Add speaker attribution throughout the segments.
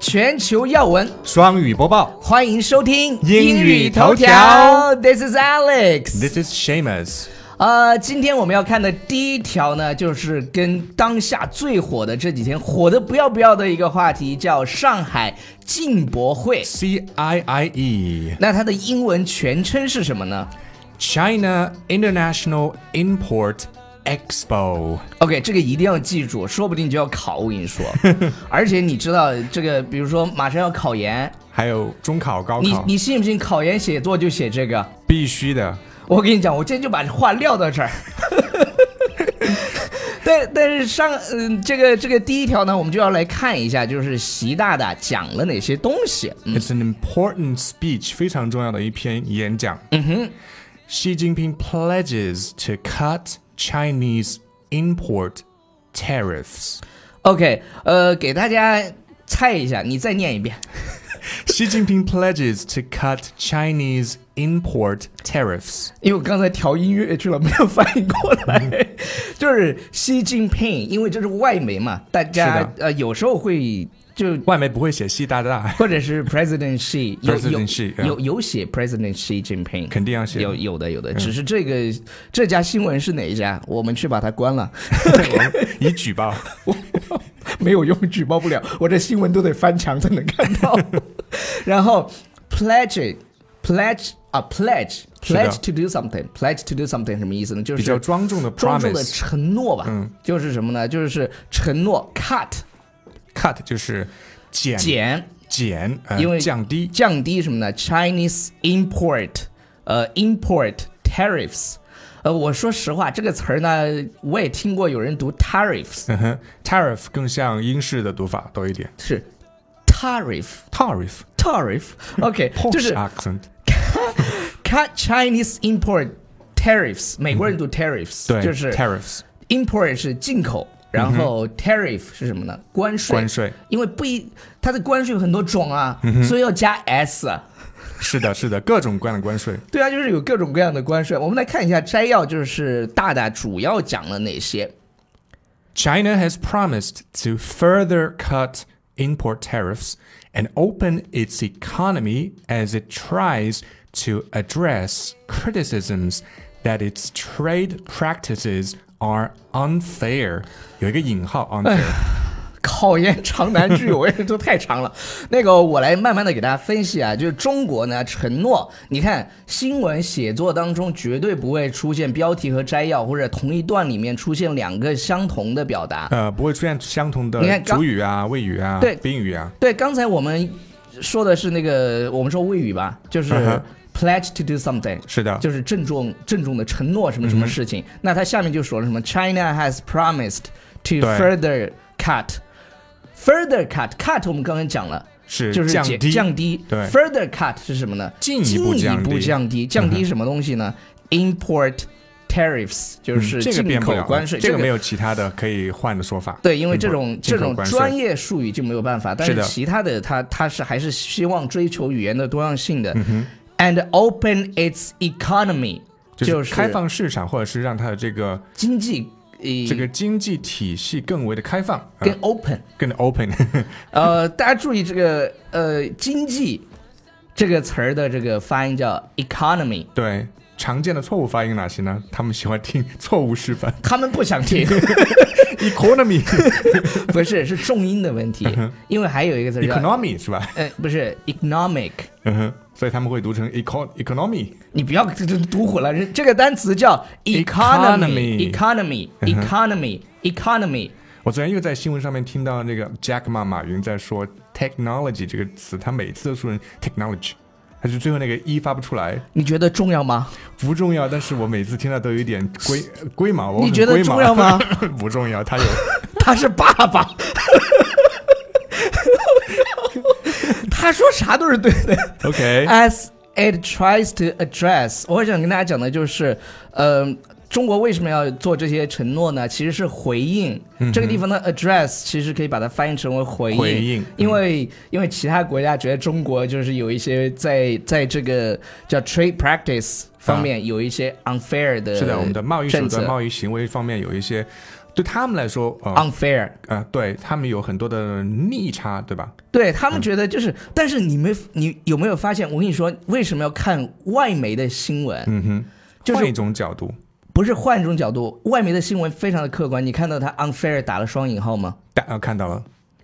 Speaker 1: 全球要闻，
Speaker 2: 双语播报
Speaker 1: 欢迎收听
Speaker 2: 英语头条。
Speaker 1: This is Alex。
Speaker 2: ，This is Shamus。
Speaker 1: 呃，今天我们要看的第一条呢，就是跟当下最火的这几天火的不要不要的一个话题，叫上海进博会。
Speaker 2: C I I E
Speaker 1: 那它的英文全称是什么呢
Speaker 2: China International Import Expo。
Speaker 1: ？OK，这个一定要记住，说不定就要考。我跟 你说，而且你知道这个，比如说马上要考研，
Speaker 2: 还有中考、高
Speaker 1: 你
Speaker 2: 考，
Speaker 1: 你信不信考研写作就写这个？
Speaker 2: 必须的。
Speaker 1: 我跟你讲，我今天就把话撂到这儿。 但但是上嗯、这个这个第一条呢，我们就要来看一下，就是习大大讲了哪些东西。嗯
Speaker 2: It's an important speech，非常重要的一篇演讲。嗯哼，Xi Jinping pledges to cut Chinese import tariffs。
Speaker 1: ，OK，呃，给大家猜一下，你再念一遍。
Speaker 2: Xi Jinping pledges to cut Chinese import tariffs。
Speaker 1: 因为我刚才调音乐去了，没有翻译过
Speaker 2: 嗯
Speaker 1: 来。就是习近平，因为这是外媒嘛，大
Speaker 2: 是
Speaker 1: 家
Speaker 2: 的
Speaker 1: 呃有时候会就
Speaker 2: 外媒不会写“习大大
Speaker 1: 或者是 President Xi 有
Speaker 2: President Xi，
Speaker 1: 有有有写 President Xi Jinping，
Speaker 2: 肯定要写
Speaker 1: 有有的有
Speaker 2: 嗯
Speaker 1: 的，只是这个这家新闻是哪一家，我们去把它关了，”，
Speaker 2: 以举报。
Speaker 1: 没有用，举报不了，我这新闻都得翻墙才能看到。 然后 pledge pledge 啊 pledge
Speaker 2: 是的
Speaker 1: pledge to do something pledge to do something 什么意思呢？就是
Speaker 2: 比较庄重的
Speaker 1: 庄重的
Speaker 2: promise 嗯
Speaker 1: 承诺吧，就是什么呢？就是承诺 cut
Speaker 2: cut 就是减
Speaker 1: 减。
Speaker 2: 减，呃
Speaker 1: 因为
Speaker 2: 降低
Speaker 1: 降低什么呢？Chinese import，呃，import tariffs。呃，我说实话，这个词儿呢，我也听过有人读 tariffs，
Speaker 2: 嗯哼 tariff 更像英式的读法多一点
Speaker 1: 是 tariff
Speaker 2: ，tariff
Speaker 1: tariff。OK，就
Speaker 2: Posh
Speaker 1: 是
Speaker 2: accent
Speaker 1: cut Chinese import tariffs，美国人读 tariffs，、
Speaker 2: 嗯对，
Speaker 1: 就是
Speaker 2: tariffs
Speaker 1: import 是进口，然后 tariff 是什么呢？关税。
Speaker 2: 嗯关税。嗯
Speaker 1: 因为不一，它的关税有很多种啊，所以要加 s 啊。
Speaker 2: 是的，是的，各种各样的关税。
Speaker 1: 对啊，就是有各种各样的关税。我们来看一下摘要，就是大大主要讲了哪些。
Speaker 2: China has promised to further cut import tariffs and open its economy as it tries to address criticisms that its trade practices are unfair. 有一个 引号 unfair，
Speaker 1: 考研长难 句，我也是都太长了。那个，我来慢慢的给大家分析啊，就是中国呢承诺，你看新闻写作当中绝对不会出现标题和摘要或者同一段里面出现两个相同的表达。
Speaker 2: 呃，不会出现相同的
Speaker 1: 你看刚
Speaker 2: 主语啊、谓语啊、
Speaker 1: 对
Speaker 2: 宾语啊。
Speaker 1: 对，刚才我们说的是那个，我们说谓语吧，就是
Speaker 2: 嗯哼啊
Speaker 1: pledge to do something，
Speaker 2: 是的，
Speaker 1: 就是郑重郑重的承诺什么什么事
Speaker 2: 嗯
Speaker 1: 情。那他下面就说了什么，China has promised to
Speaker 2: 对
Speaker 1: further cut。Further cut cut 我们刚才讲了，
Speaker 2: 是
Speaker 1: 就是
Speaker 2: 降
Speaker 1: 解
Speaker 2: 低
Speaker 1: 降低。
Speaker 2: 对
Speaker 1: Further cut 是什么呢？
Speaker 2: 进一步降低嗯
Speaker 1: 进一步降低，降低什么东西呢？Import tariffs 就是
Speaker 2: 嗯这个
Speaker 1: 进
Speaker 2: 变不
Speaker 1: 口
Speaker 2: 了了，
Speaker 1: 关税。
Speaker 2: 这个没
Speaker 1: 有。
Speaker 2: 有其他的可以换的说法。
Speaker 1: 对，因为
Speaker 2: import-
Speaker 1: 这种
Speaker 2: 进
Speaker 1: 这
Speaker 2: 口
Speaker 1: 种
Speaker 2: 关税
Speaker 1: 专业术语就没有办法，但
Speaker 2: 是
Speaker 1: 是
Speaker 2: 的
Speaker 1: 其他的它它是还是希望追求语言的多样性
Speaker 2: 嗯
Speaker 1: 的。And open its economy
Speaker 2: 就是开放市场，或者是让它的这个
Speaker 1: 经济呃
Speaker 2: 这个经济体系更为的开放，啊
Speaker 1: 跟 open，
Speaker 2: 更 open。
Speaker 1: 呃，大家注意这个呃经济这个词儿的这个发音叫 economy，
Speaker 2: 对，常见的错误发音有哪些呢？他们喜欢听错误示范
Speaker 1: 他们不想听，
Speaker 2: ，economy
Speaker 1: 不是是重音的问题，因为还有一个词儿叫
Speaker 2: economy 是吧？
Speaker 1: 呃不是 economic，
Speaker 2: 嗯哼，所以他们会读成 econ economy。
Speaker 1: 你不要这这读混了，这这个单词叫
Speaker 2: Economy
Speaker 1: economy economy economy，
Speaker 2: 我昨天又在新闻上面听到那个 Jack Ma 马云在说 technology 这个词，他每次都说成 technology，他就最后那个 E 一发不出来，
Speaker 1: 你觉得重要吗？
Speaker 2: 不重要，但是我每次听到都有一点龟呃龟毛。我
Speaker 1: 你
Speaker 2: 很
Speaker 1: 觉得
Speaker 2: 龟毛
Speaker 1: 重要吗？
Speaker 2: 不重要， 他有
Speaker 1: 他是爸爸。他说啥都是对的。
Speaker 2: OK。
Speaker 1: As it tries to address，我想跟大家讲的就是，呃，中国为什么要做这些承诺呢？其实是回应、这个地方的 address，其实可以把它翻译成为回应，
Speaker 2: 嗯回应嗯
Speaker 1: 因为、因为其他国家觉得中国就是有一些在在这个叫 trade practice。方面有一些 unfair 的
Speaker 2: 啊是的，我们的贸易手
Speaker 1: 政策
Speaker 2: 段、贸易行为方面有一些，对他们来说，呃，
Speaker 1: unfair，
Speaker 2: 呃，对他们有很多的逆差，对吧？
Speaker 1: 对他
Speaker 2: 嗯
Speaker 1: 们觉得就是，但是你没你有没有发现？我跟你说，为什么要看外媒的新闻？
Speaker 2: 嗯哼，
Speaker 1: 就是
Speaker 2: 换一种角度，
Speaker 1: 不是换一种角度，外媒的新闻非常的客观。你看到他 unfair 打了双引号吗？
Speaker 2: 大呃看到了，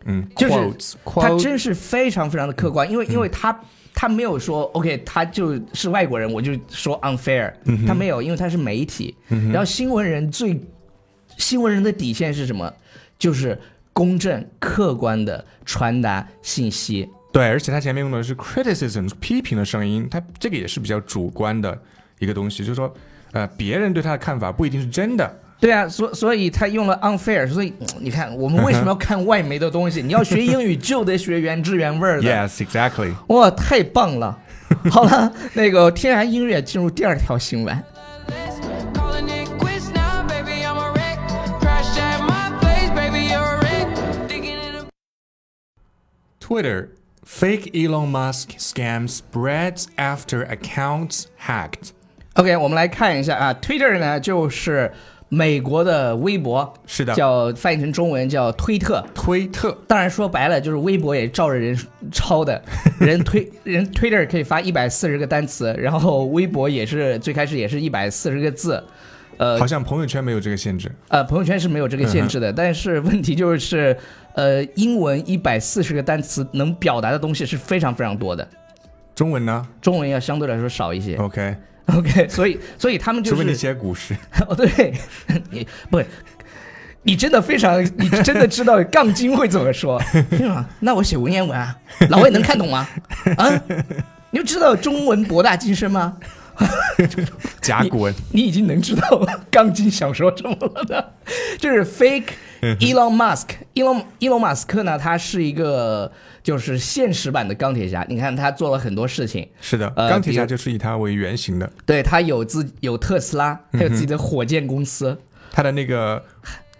Speaker 2: 嗯，
Speaker 1: 就是
Speaker 2: quotes
Speaker 1: 他
Speaker 2: quote 嗯
Speaker 1: 真是非常非常的客观，因为因为他他没有说 OK，他就是外国人，我就说 unfair，他
Speaker 2: 嗯
Speaker 1: 没有，因为他是媒体。然后新闻人最新闻人的底线是什么？就是公正客观的传达信息。
Speaker 2: 对，而且他前面用的是 criticism 批评的声音，他这个也是比较主观的一个东西，就是说，呃，别人对他的看法不一定是真的，
Speaker 1: 对啊，所所以他用了 unfair，所以嗯你看我们为什么要看外媒的东 西？你要学英语就得学原汁原味儿的。
Speaker 2: Yes, exactly.
Speaker 1: 哇，太棒了！ 好了，那个天然音乐进入第二条新闻。
Speaker 3: Calling it quits now, baby, I'm a wreck. Crashed at my place, baby, you're a wreck. Thinking it a
Speaker 2: Twitter fake Elon Musk scam spreads after accounts hacked.
Speaker 1: OK，我们来看一下啊，Twitter 呢就是美国的微博，
Speaker 2: 是的
Speaker 1: 叫翻译成中文叫推特。
Speaker 2: 推特
Speaker 1: 当然说白了，就是微博也照着人抄 的，人推人 Twitter 可以发一百四十个单词，然后微博也是最开始也是一百四十个字，呃
Speaker 2: 好像朋友圈没有这个限制，
Speaker 1: 呃，朋友圈是没有这个限制的，
Speaker 2: 嗯
Speaker 1: 但是问题就是，呃，英文一百四十个单词能表达的东西是非常非常多的，
Speaker 2: 中文呢
Speaker 1: 中文要相对来说少一些。
Speaker 2: ？OK，
Speaker 1: OK，所以所以他们就
Speaker 2: 哦除非你
Speaker 1: 是
Speaker 2: 写 古诗，
Speaker 1: 哦，对，你不是，你真的非常，你真的知道杠精会怎么说？ 对吗？那我写文言文啊，老外能看懂吗？啊，你就知道中文博大精深吗？
Speaker 2: 甲骨文。
Speaker 1: 你已经能知道钢筋想说什么了呢？就是 fake
Speaker 2: 嗯
Speaker 1: Elon Musk。Elon Elon 马斯克呢，他是一个就是现实版的钢铁侠。你看他做了很多事情，
Speaker 2: 是的，
Speaker 1: 呃
Speaker 2: 钢铁侠
Speaker 1: 比
Speaker 2: 就是以他为原型的，
Speaker 1: 对他有自有特斯拉，
Speaker 2: 嗯
Speaker 1: 他有自己的火箭公司，
Speaker 2: 他的那个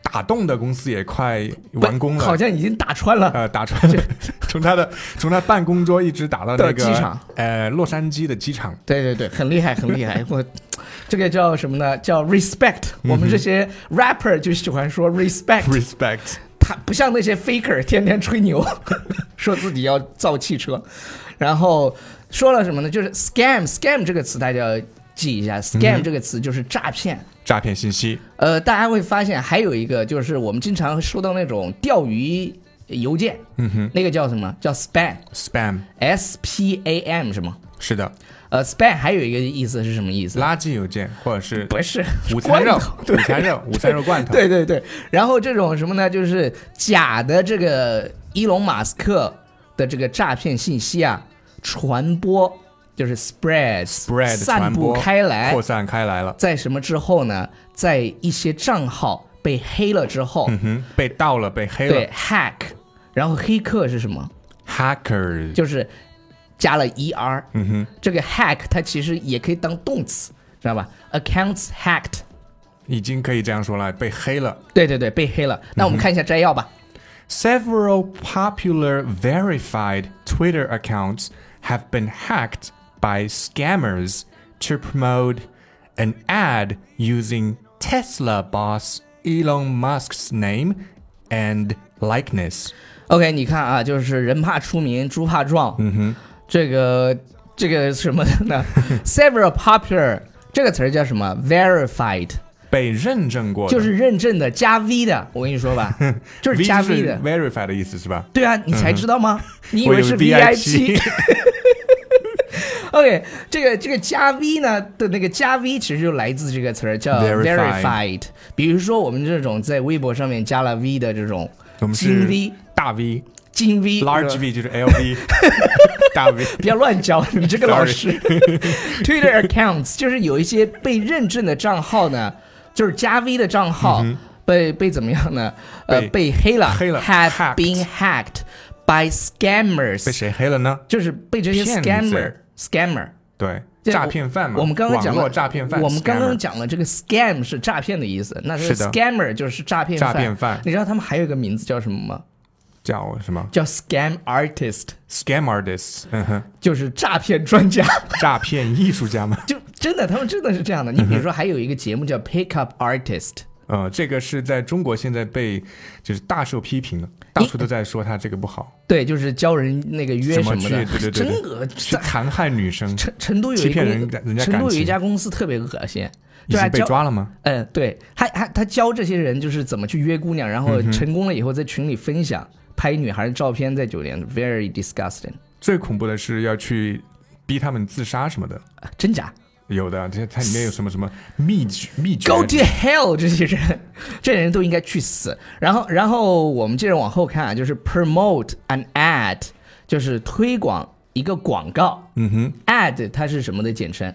Speaker 2: 打洞的公司也快完工
Speaker 1: 好
Speaker 2: 了。
Speaker 1: 像已经打穿了。
Speaker 2: 呃，打穿 从他的从他办公桌一直打到那
Speaker 1: 到
Speaker 2: 个
Speaker 1: 机场，
Speaker 2: 呃，洛杉矶的机场。
Speaker 1: 对对对，很厉害，很厉害。 我这个叫什么呢？叫 respect。我
Speaker 2: 嗯
Speaker 1: 们这些 rapper 就喜欢说 respect。
Speaker 2: Respect，
Speaker 1: 他不像那些 faker 天天吹牛， 说自己要造汽车，然后说了什么呢？就是 scam scam 这个词大家要记一下，scam
Speaker 2: 嗯
Speaker 1: 这个词就是诈骗。
Speaker 2: 诈骗信息，
Speaker 1: 呃，大家会发现还有一个就是我们经常收到那种钓鱼邮件，嗯哼，那个叫什么？叫 spam，s
Speaker 2: spam，
Speaker 1: p a m 什么？
Speaker 2: 是的，
Speaker 1: 呃，spam 还有一个意思是什么意思？
Speaker 2: 垃圾邮件或者是
Speaker 1: 不 是
Speaker 2: 午餐肉
Speaker 1: 罐头，
Speaker 2: 午
Speaker 1: 对
Speaker 2: 餐肉，午餐肉罐头，
Speaker 1: 对对对，然后这种什么呢？就是假的这个伊隆马斯克的这个诈骗信息啊，传播就是 spread
Speaker 2: ，bread
Speaker 1: 散
Speaker 2: 传
Speaker 1: 布
Speaker 2: 播
Speaker 1: 开来
Speaker 2: 扩，散开来了。
Speaker 1: 在什么之后呢？在一些账号被黑了之后，
Speaker 2: 嗯哼，被盗了，被黑
Speaker 1: 对
Speaker 2: 了
Speaker 1: hack，然后黑客是什么？
Speaker 2: ，hacker，
Speaker 1: 就是加了 er，
Speaker 2: 嗯哼，
Speaker 1: 这个 hack 它其实也可以当动词，知道吧？accounts hacked，
Speaker 2: 已经可以这样说了，被黑了。
Speaker 1: 对对对，被黑了。那我们看一下摘要吧。
Speaker 2: Several popular verified Twitter accounts have been hacked by scammers to promote an ad using Tesla boss Elon Musk's name and likeness.
Speaker 1: OK，你看啊，就是人怕出名，猪怕壮。嗯哼，这个这个什么呢？Several popular 这个词儿叫什么？Verified，
Speaker 2: 被认证过的，
Speaker 1: 就是认证的加 V 的。我跟你说吧，就是加 V 的。
Speaker 2: verified 的意思是吧？
Speaker 1: 对啊，你才知道吗？你以
Speaker 2: 我
Speaker 1: 为
Speaker 2: 以为
Speaker 1: 是
Speaker 2: VIP
Speaker 1: OK，这个这个加 V 呢的那个加 V 其实就来自这个词儿叫
Speaker 2: Verified
Speaker 1: verified。比如说我们这种在微博上面加了 V 的这种
Speaker 2: 我们
Speaker 1: 金
Speaker 2: 是
Speaker 1: V
Speaker 2: 大 V、
Speaker 1: 金 V 是
Speaker 2: large
Speaker 1: 吧
Speaker 2: V 就 是 LV，大 V
Speaker 1: 不要乱教，你这个老师。Twitter accounts 就是有一些被认证的账号呢，就是加 V 的账号被被怎么样呢？呃，
Speaker 2: 嗯被
Speaker 1: 被黑了
Speaker 2: 黑了
Speaker 1: ，have
Speaker 2: hacked
Speaker 1: been hacked by
Speaker 2: 被
Speaker 1: scammers，
Speaker 2: 谁黑了呢？
Speaker 1: 就是被这些
Speaker 2: 骗子
Speaker 1: scammer scammer。
Speaker 2: 对，
Speaker 1: 对
Speaker 2: 诈骗犯嘛。
Speaker 1: 我们刚刚讲
Speaker 2: 网
Speaker 1: 了
Speaker 2: 络诈骗犯，
Speaker 1: 我们刚刚
Speaker 2: scammer
Speaker 1: 讲了这个 scam 是诈骗的意思，那
Speaker 2: 是的
Speaker 1: scammer 就是诈骗
Speaker 2: 诈骗犯
Speaker 1: 你知道他们还有一个名字叫什么吗？
Speaker 2: 叫什么
Speaker 1: 叫 scam artist，
Speaker 2: ？scam artist，嗯哼，
Speaker 1: 就是诈骗专家。
Speaker 2: 诈骗艺术家嘛。
Speaker 1: 就真的，他们真的是这样的。你比如说，还有一个节目叫《Pickup Artist》，
Speaker 2: 呃，这个是在中国现在被就是大受批评的，到处都在说他这个不好，
Speaker 1: 对，就是教人那个约
Speaker 2: 怎
Speaker 1: 什么
Speaker 2: 么去
Speaker 1: 的，
Speaker 2: 对对对对
Speaker 1: 真恶
Speaker 2: 去
Speaker 1: 在
Speaker 2: 残害女生，
Speaker 1: 成成都有
Speaker 2: 欺
Speaker 1: 一
Speaker 2: 骗
Speaker 1: 个
Speaker 2: 人家人家
Speaker 1: 成
Speaker 2: 感
Speaker 1: 都有一
Speaker 2: 情
Speaker 1: 家公司特别恶心，
Speaker 2: 已
Speaker 1: 对啊，
Speaker 2: 经被
Speaker 1: 教
Speaker 2: 抓了吗？
Speaker 1: 嗯，对，还还他教这些人就是怎么去约姑娘，然后成功了以后在群里分享，拍女孩的照片在酒店，very disgusting，
Speaker 2: 最恐怖的是要去逼他们自杀什么的，
Speaker 1: 啊真假
Speaker 2: 有的，啊这它里面有什么什么秘诀秘诀
Speaker 1: ？Go to hell！这些人，这些人都应该去死。然后，然后我们接着往后看啊，就是 promote an ad，就是推广一个广告。嗯哼，ad 它是什么的简称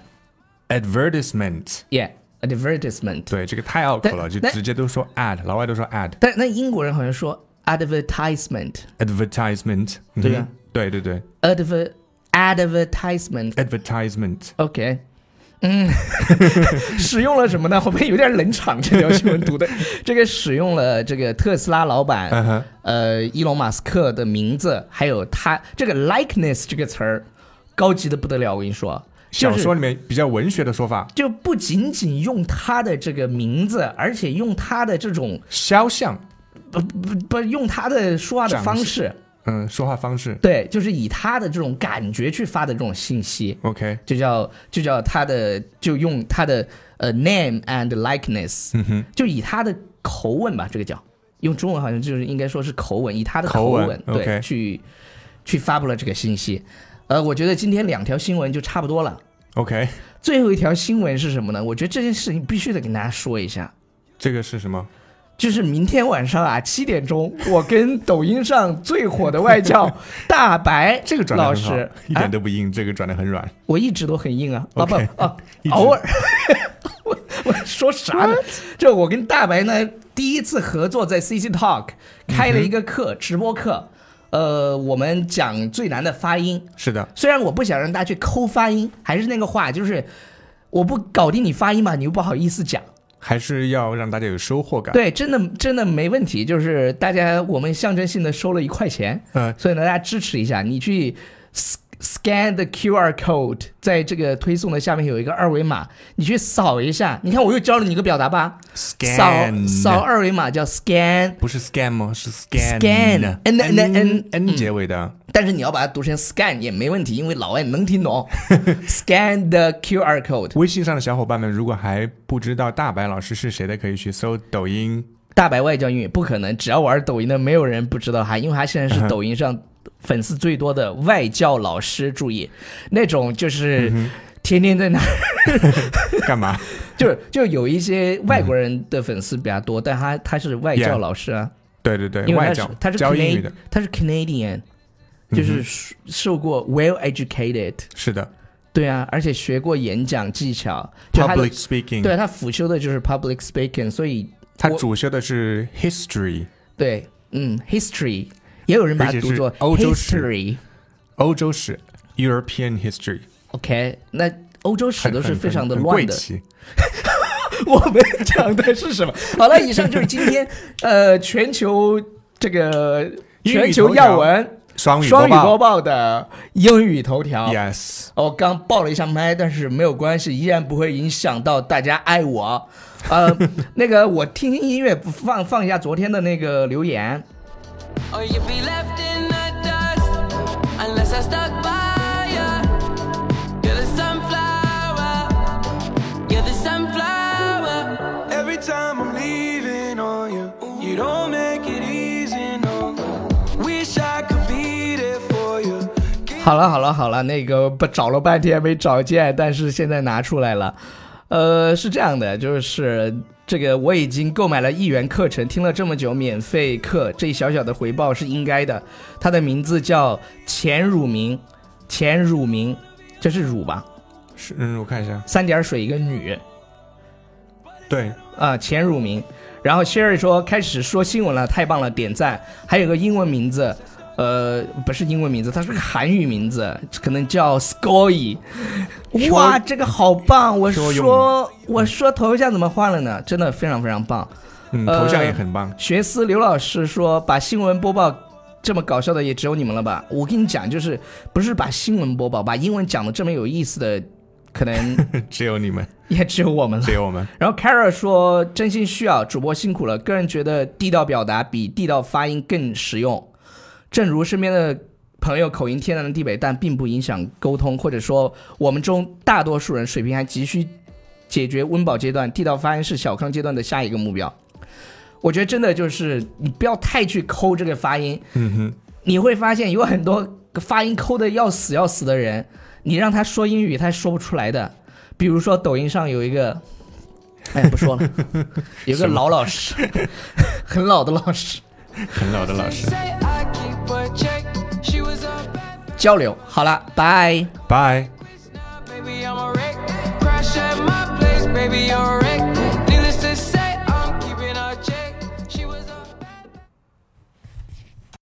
Speaker 2: advertisement，
Speaker 1: ？Yeah，advertisement。
Speaker 2: 对，这个太拗口了，
Speaker 1: 但
Speaker 2: 就
Speaker 1: 但
Speaker 2: 直接都说 ad，老外都说
Speaker 1: 但那英国人好像说 advertisement，
Speaker 2: ad，advertisement，嗯
Speaker 1: 对啊呀
Speaker 2: 对对对
Speaker 1: adver advertisement。
Speaker 2: ，advertisement，
Speaker 1: OK，嗯， 使用了什么呢？会不会有点冷场？这条新闻读的，这个使用了这个特斯拉老
Speaker 2: 嗯
Speaker 1: 板
Speaker 2: 哼，
Speaker 1: 呃伊隆马斯克的名字，还有他这个 likeness 这个词儿，高级的不得了。我跟你说，就
Speaker 2: 小
Speaker 1: 是
Speaker 2: 说里面比较文学的说法，
Speaker 1: 就不仅仅用他的这个名字，而且用他的这种
Speaker 2: 肖像，
Speaker 1: 不不不用他的说话的
Speaker 2: 展示
Speaker 1: 方式，
Speaker 2: 嗯，说话方式
Speaker 1: 对，就是以他的这种感觉去发的这种信息。
Speaker 2: ，OK，
Speaker 1: 就叫就叫他的就用他的呃 name and likeness，、
Speaker 2: 嗯哼，
Speaker 1: 就以他的口吻吧，这个叫用中文好像就是应该说是口吻，以他的
Speaker 2: 口
Speaker 1: 口
Speaker 2: 吻
Speaker 1: 对
Speaker 2: OK
Speaker 1: 去去发布了这个信息。呃，我觉得今天两条新闻就差不多了。
Speaker 2: ，OK，
Speaker 1: 最后一条新闻是什么呢？我觉得这件事情必须得跟大家说一下，
Speaker 2: 这个是什么？
Speaker 1: 就是明天晚上啊 七点钟，我跟抖音上最火的外教大白
Speaker 2: 这个转
Speaker 1: 老
Speaker 2: 的很好
Speaker 1: 师，
Speaker 2: 一
Speaker 1: 啊
Speaker 2: 点都不硬，这个转的很软，
Speaker 1: 我一直都很硬啊，啊
Speaker 2: OK，
Speaker 1: 不啊
Speaker 2: 一，直
Speaker 1: 偶尔， 我我说啥呢？这我跟大白呢第一次合作在 CC Talk
Speaker 2: 嗯
Speaker 1: 开了一个课，直播课，呃，我们讲最难的发音。
Speaker 2: 是的，
Speaker 1: 虽然我不想让大家去抠发音，还是那个话，就是我不搞定你发音嘛，你又不好意思讲。
Speaker 2: 还是要让大家有收获感，，
Speaker 1: 对，真的真的没问题，就是大家我们象征性的收了一块钱，
Speaker 2: 呃，
Speaker 1: 所以呢，大家支持一下，你去 s- scan the QR code，在这个推送的下面有一个二维码，你去扫一下。你看，我又教了你一个表达吧，扫
Speaker 2: Scan
Speaker 1: 扫二维码叫 scan，
Speaker 2: 不是 scam 吗？是 scan
Speaker 1: Scan
Speaker 2: n
Speaker 1: ，n-
Speaker 2: n
Speaker 1: n-
Speaker 2: n
Speaker 1: n- 嗯
Speaker 2: n 结尾的。
Speaker 1: 但是你要把它读成 scan 也没问题，因为老外能听懂。scan the QR code，
Speaker 2: 微信上的小伙伴们，如果还不知道大白老师是谁的，可以去搜抖音。
Speaker 1: 大白外教英语不可能，只要玩抖音的，没有人不知道他，因为他现在是抖音上粉丝最多的外教老师。注意，那种就是天天在那
Speaker 2: 干嘛？嗯
Speaker 1: 就是就有一些外国人的粉丝比较多，但他他是外
Speaker 2: Yeah
Speaker 1: 教老师啊
Speaker 2: 对嗯对对，
Speaker 1: 因为
Speaker 2: 外
Speaker 1: 他是
Speaker 2: 教
Speaker 1: 他是
Speaker 2: 教英语
Speaker 1: Canadian，
Speaker 2: 的，嗯
Speaker 1: 他是 Canadian，就是受受过 well educated，
Speaker 2: 是的
Speaker 1: 对啊，而且学过演讲技巧，就他的
Speaker 2: ，public speaking。
Speaker 1: 对啊他辅修的就是 public speaking，所以
Speaker 2: 他
Speaker 1: 我
Speaker 2: 主修的是 history，
Speaker 1: 对嗯 history，也有人把
Speaker 2: 而
Speaker 1: 它
Speaker 2: 且是
Speaker 1: 读作
Speaker 2: 欧洲史
Speaker 1: history，OK，、
Speaker 2: 欧洲史 European history，
Speaker 1: OK，那欧洲史
Speaker 2: 很
Speaker 1: 都是
Speaker 2: 很
Speaker 1: 非常的
Speaker 2: 很
Speaker 1: 乱
Speaker 2: 贵
Speaker 1: 的。
Speaker 2: 气
Speaker 1: 我们讲的是什么？ 好了，以上就是今天呃全球这个
Speaker 2: 英语
Speaker 1: 全球要闻
Speaker 2: 双语
Speaker 1: 双语播
Speaker 2: 报。
Speaker 1: 报的英语头条。
Speaker 2: Yes，
Speaker 1: 我刚爆了一下麦，但是没有关系，依然不会影响到大家爱我。呃， 那个我听听音乐，放放一下昨天的那个留言。
Speaker 3: or you'd be left in the dust unless I stuck by you. You're the sunflower, you're the sunflower.
Speaker 4: Every time I'm leaving on you, you don't make it easy, no. Wish I could be there for you.
Speaker 1: 好了好了好了，那个不找了半天没找见，但是现在拿出来了。呃，是这样的，就是这个我已经购买了一元课程，听了这么久免费课，这小小的回报是应该的。它的名字叫钱汝明，钱汝明，这是汝吧？
Speaker 2: 是嗯，我看一下，
Speaker 1: 三点水一个女
Speaker 2: 对，
Speaker 1: 啊，钱汝明。然后 Sherry 说开始说新闻了，太棒了，点赞。还有个英文名字，呃，不是英文名字，它是个韩语名字，可能叫 Scoy。哇，这个好棒！我
Speaker 2: 说用
Speaker 1: 说我说头像怎么换了呢？真的非常非常棒。
Speaker 2: 嗯，
Speaker 1: 呃
Speaker 2: 头像也很棒，
Speaker 1: 学思刘老师说，把新闻播报这么搞笑的也只有你们了吧？我跟你讲，就是不是把新闻播报，把英文讲的这么有意思的可能
Speaker 2: 只有你们，
Speaker 1: 也只有我们了
Speaker 2: 只。有我们。
Speaker 1: 然后 Kara 说：“真心需要主播辛苦了，个人觉得地道表达比地道发音更实用。正如身边的朋友口音天南地北，但并不影响沟通，或者说我们中大多数人水平还急需解决温饱阶段，地道发音是小康阶段的下一个目标。我觉得真的就是你不要太去抠这个发音，
Speaker 2: 嗯哼，
Speaker 1: 你会发现有很多发音抠的要死要死的人，你让他说英语他说不出来的。比如说抖音上有一个，哎，不说了，有一个老老师， 很老的老师
Speaker 2: 很老的 老师。
Speaker 3: Say I keep a check. She was a bad.
Speaker 1: 交流。好了，拜。
Speaker 2: Bye.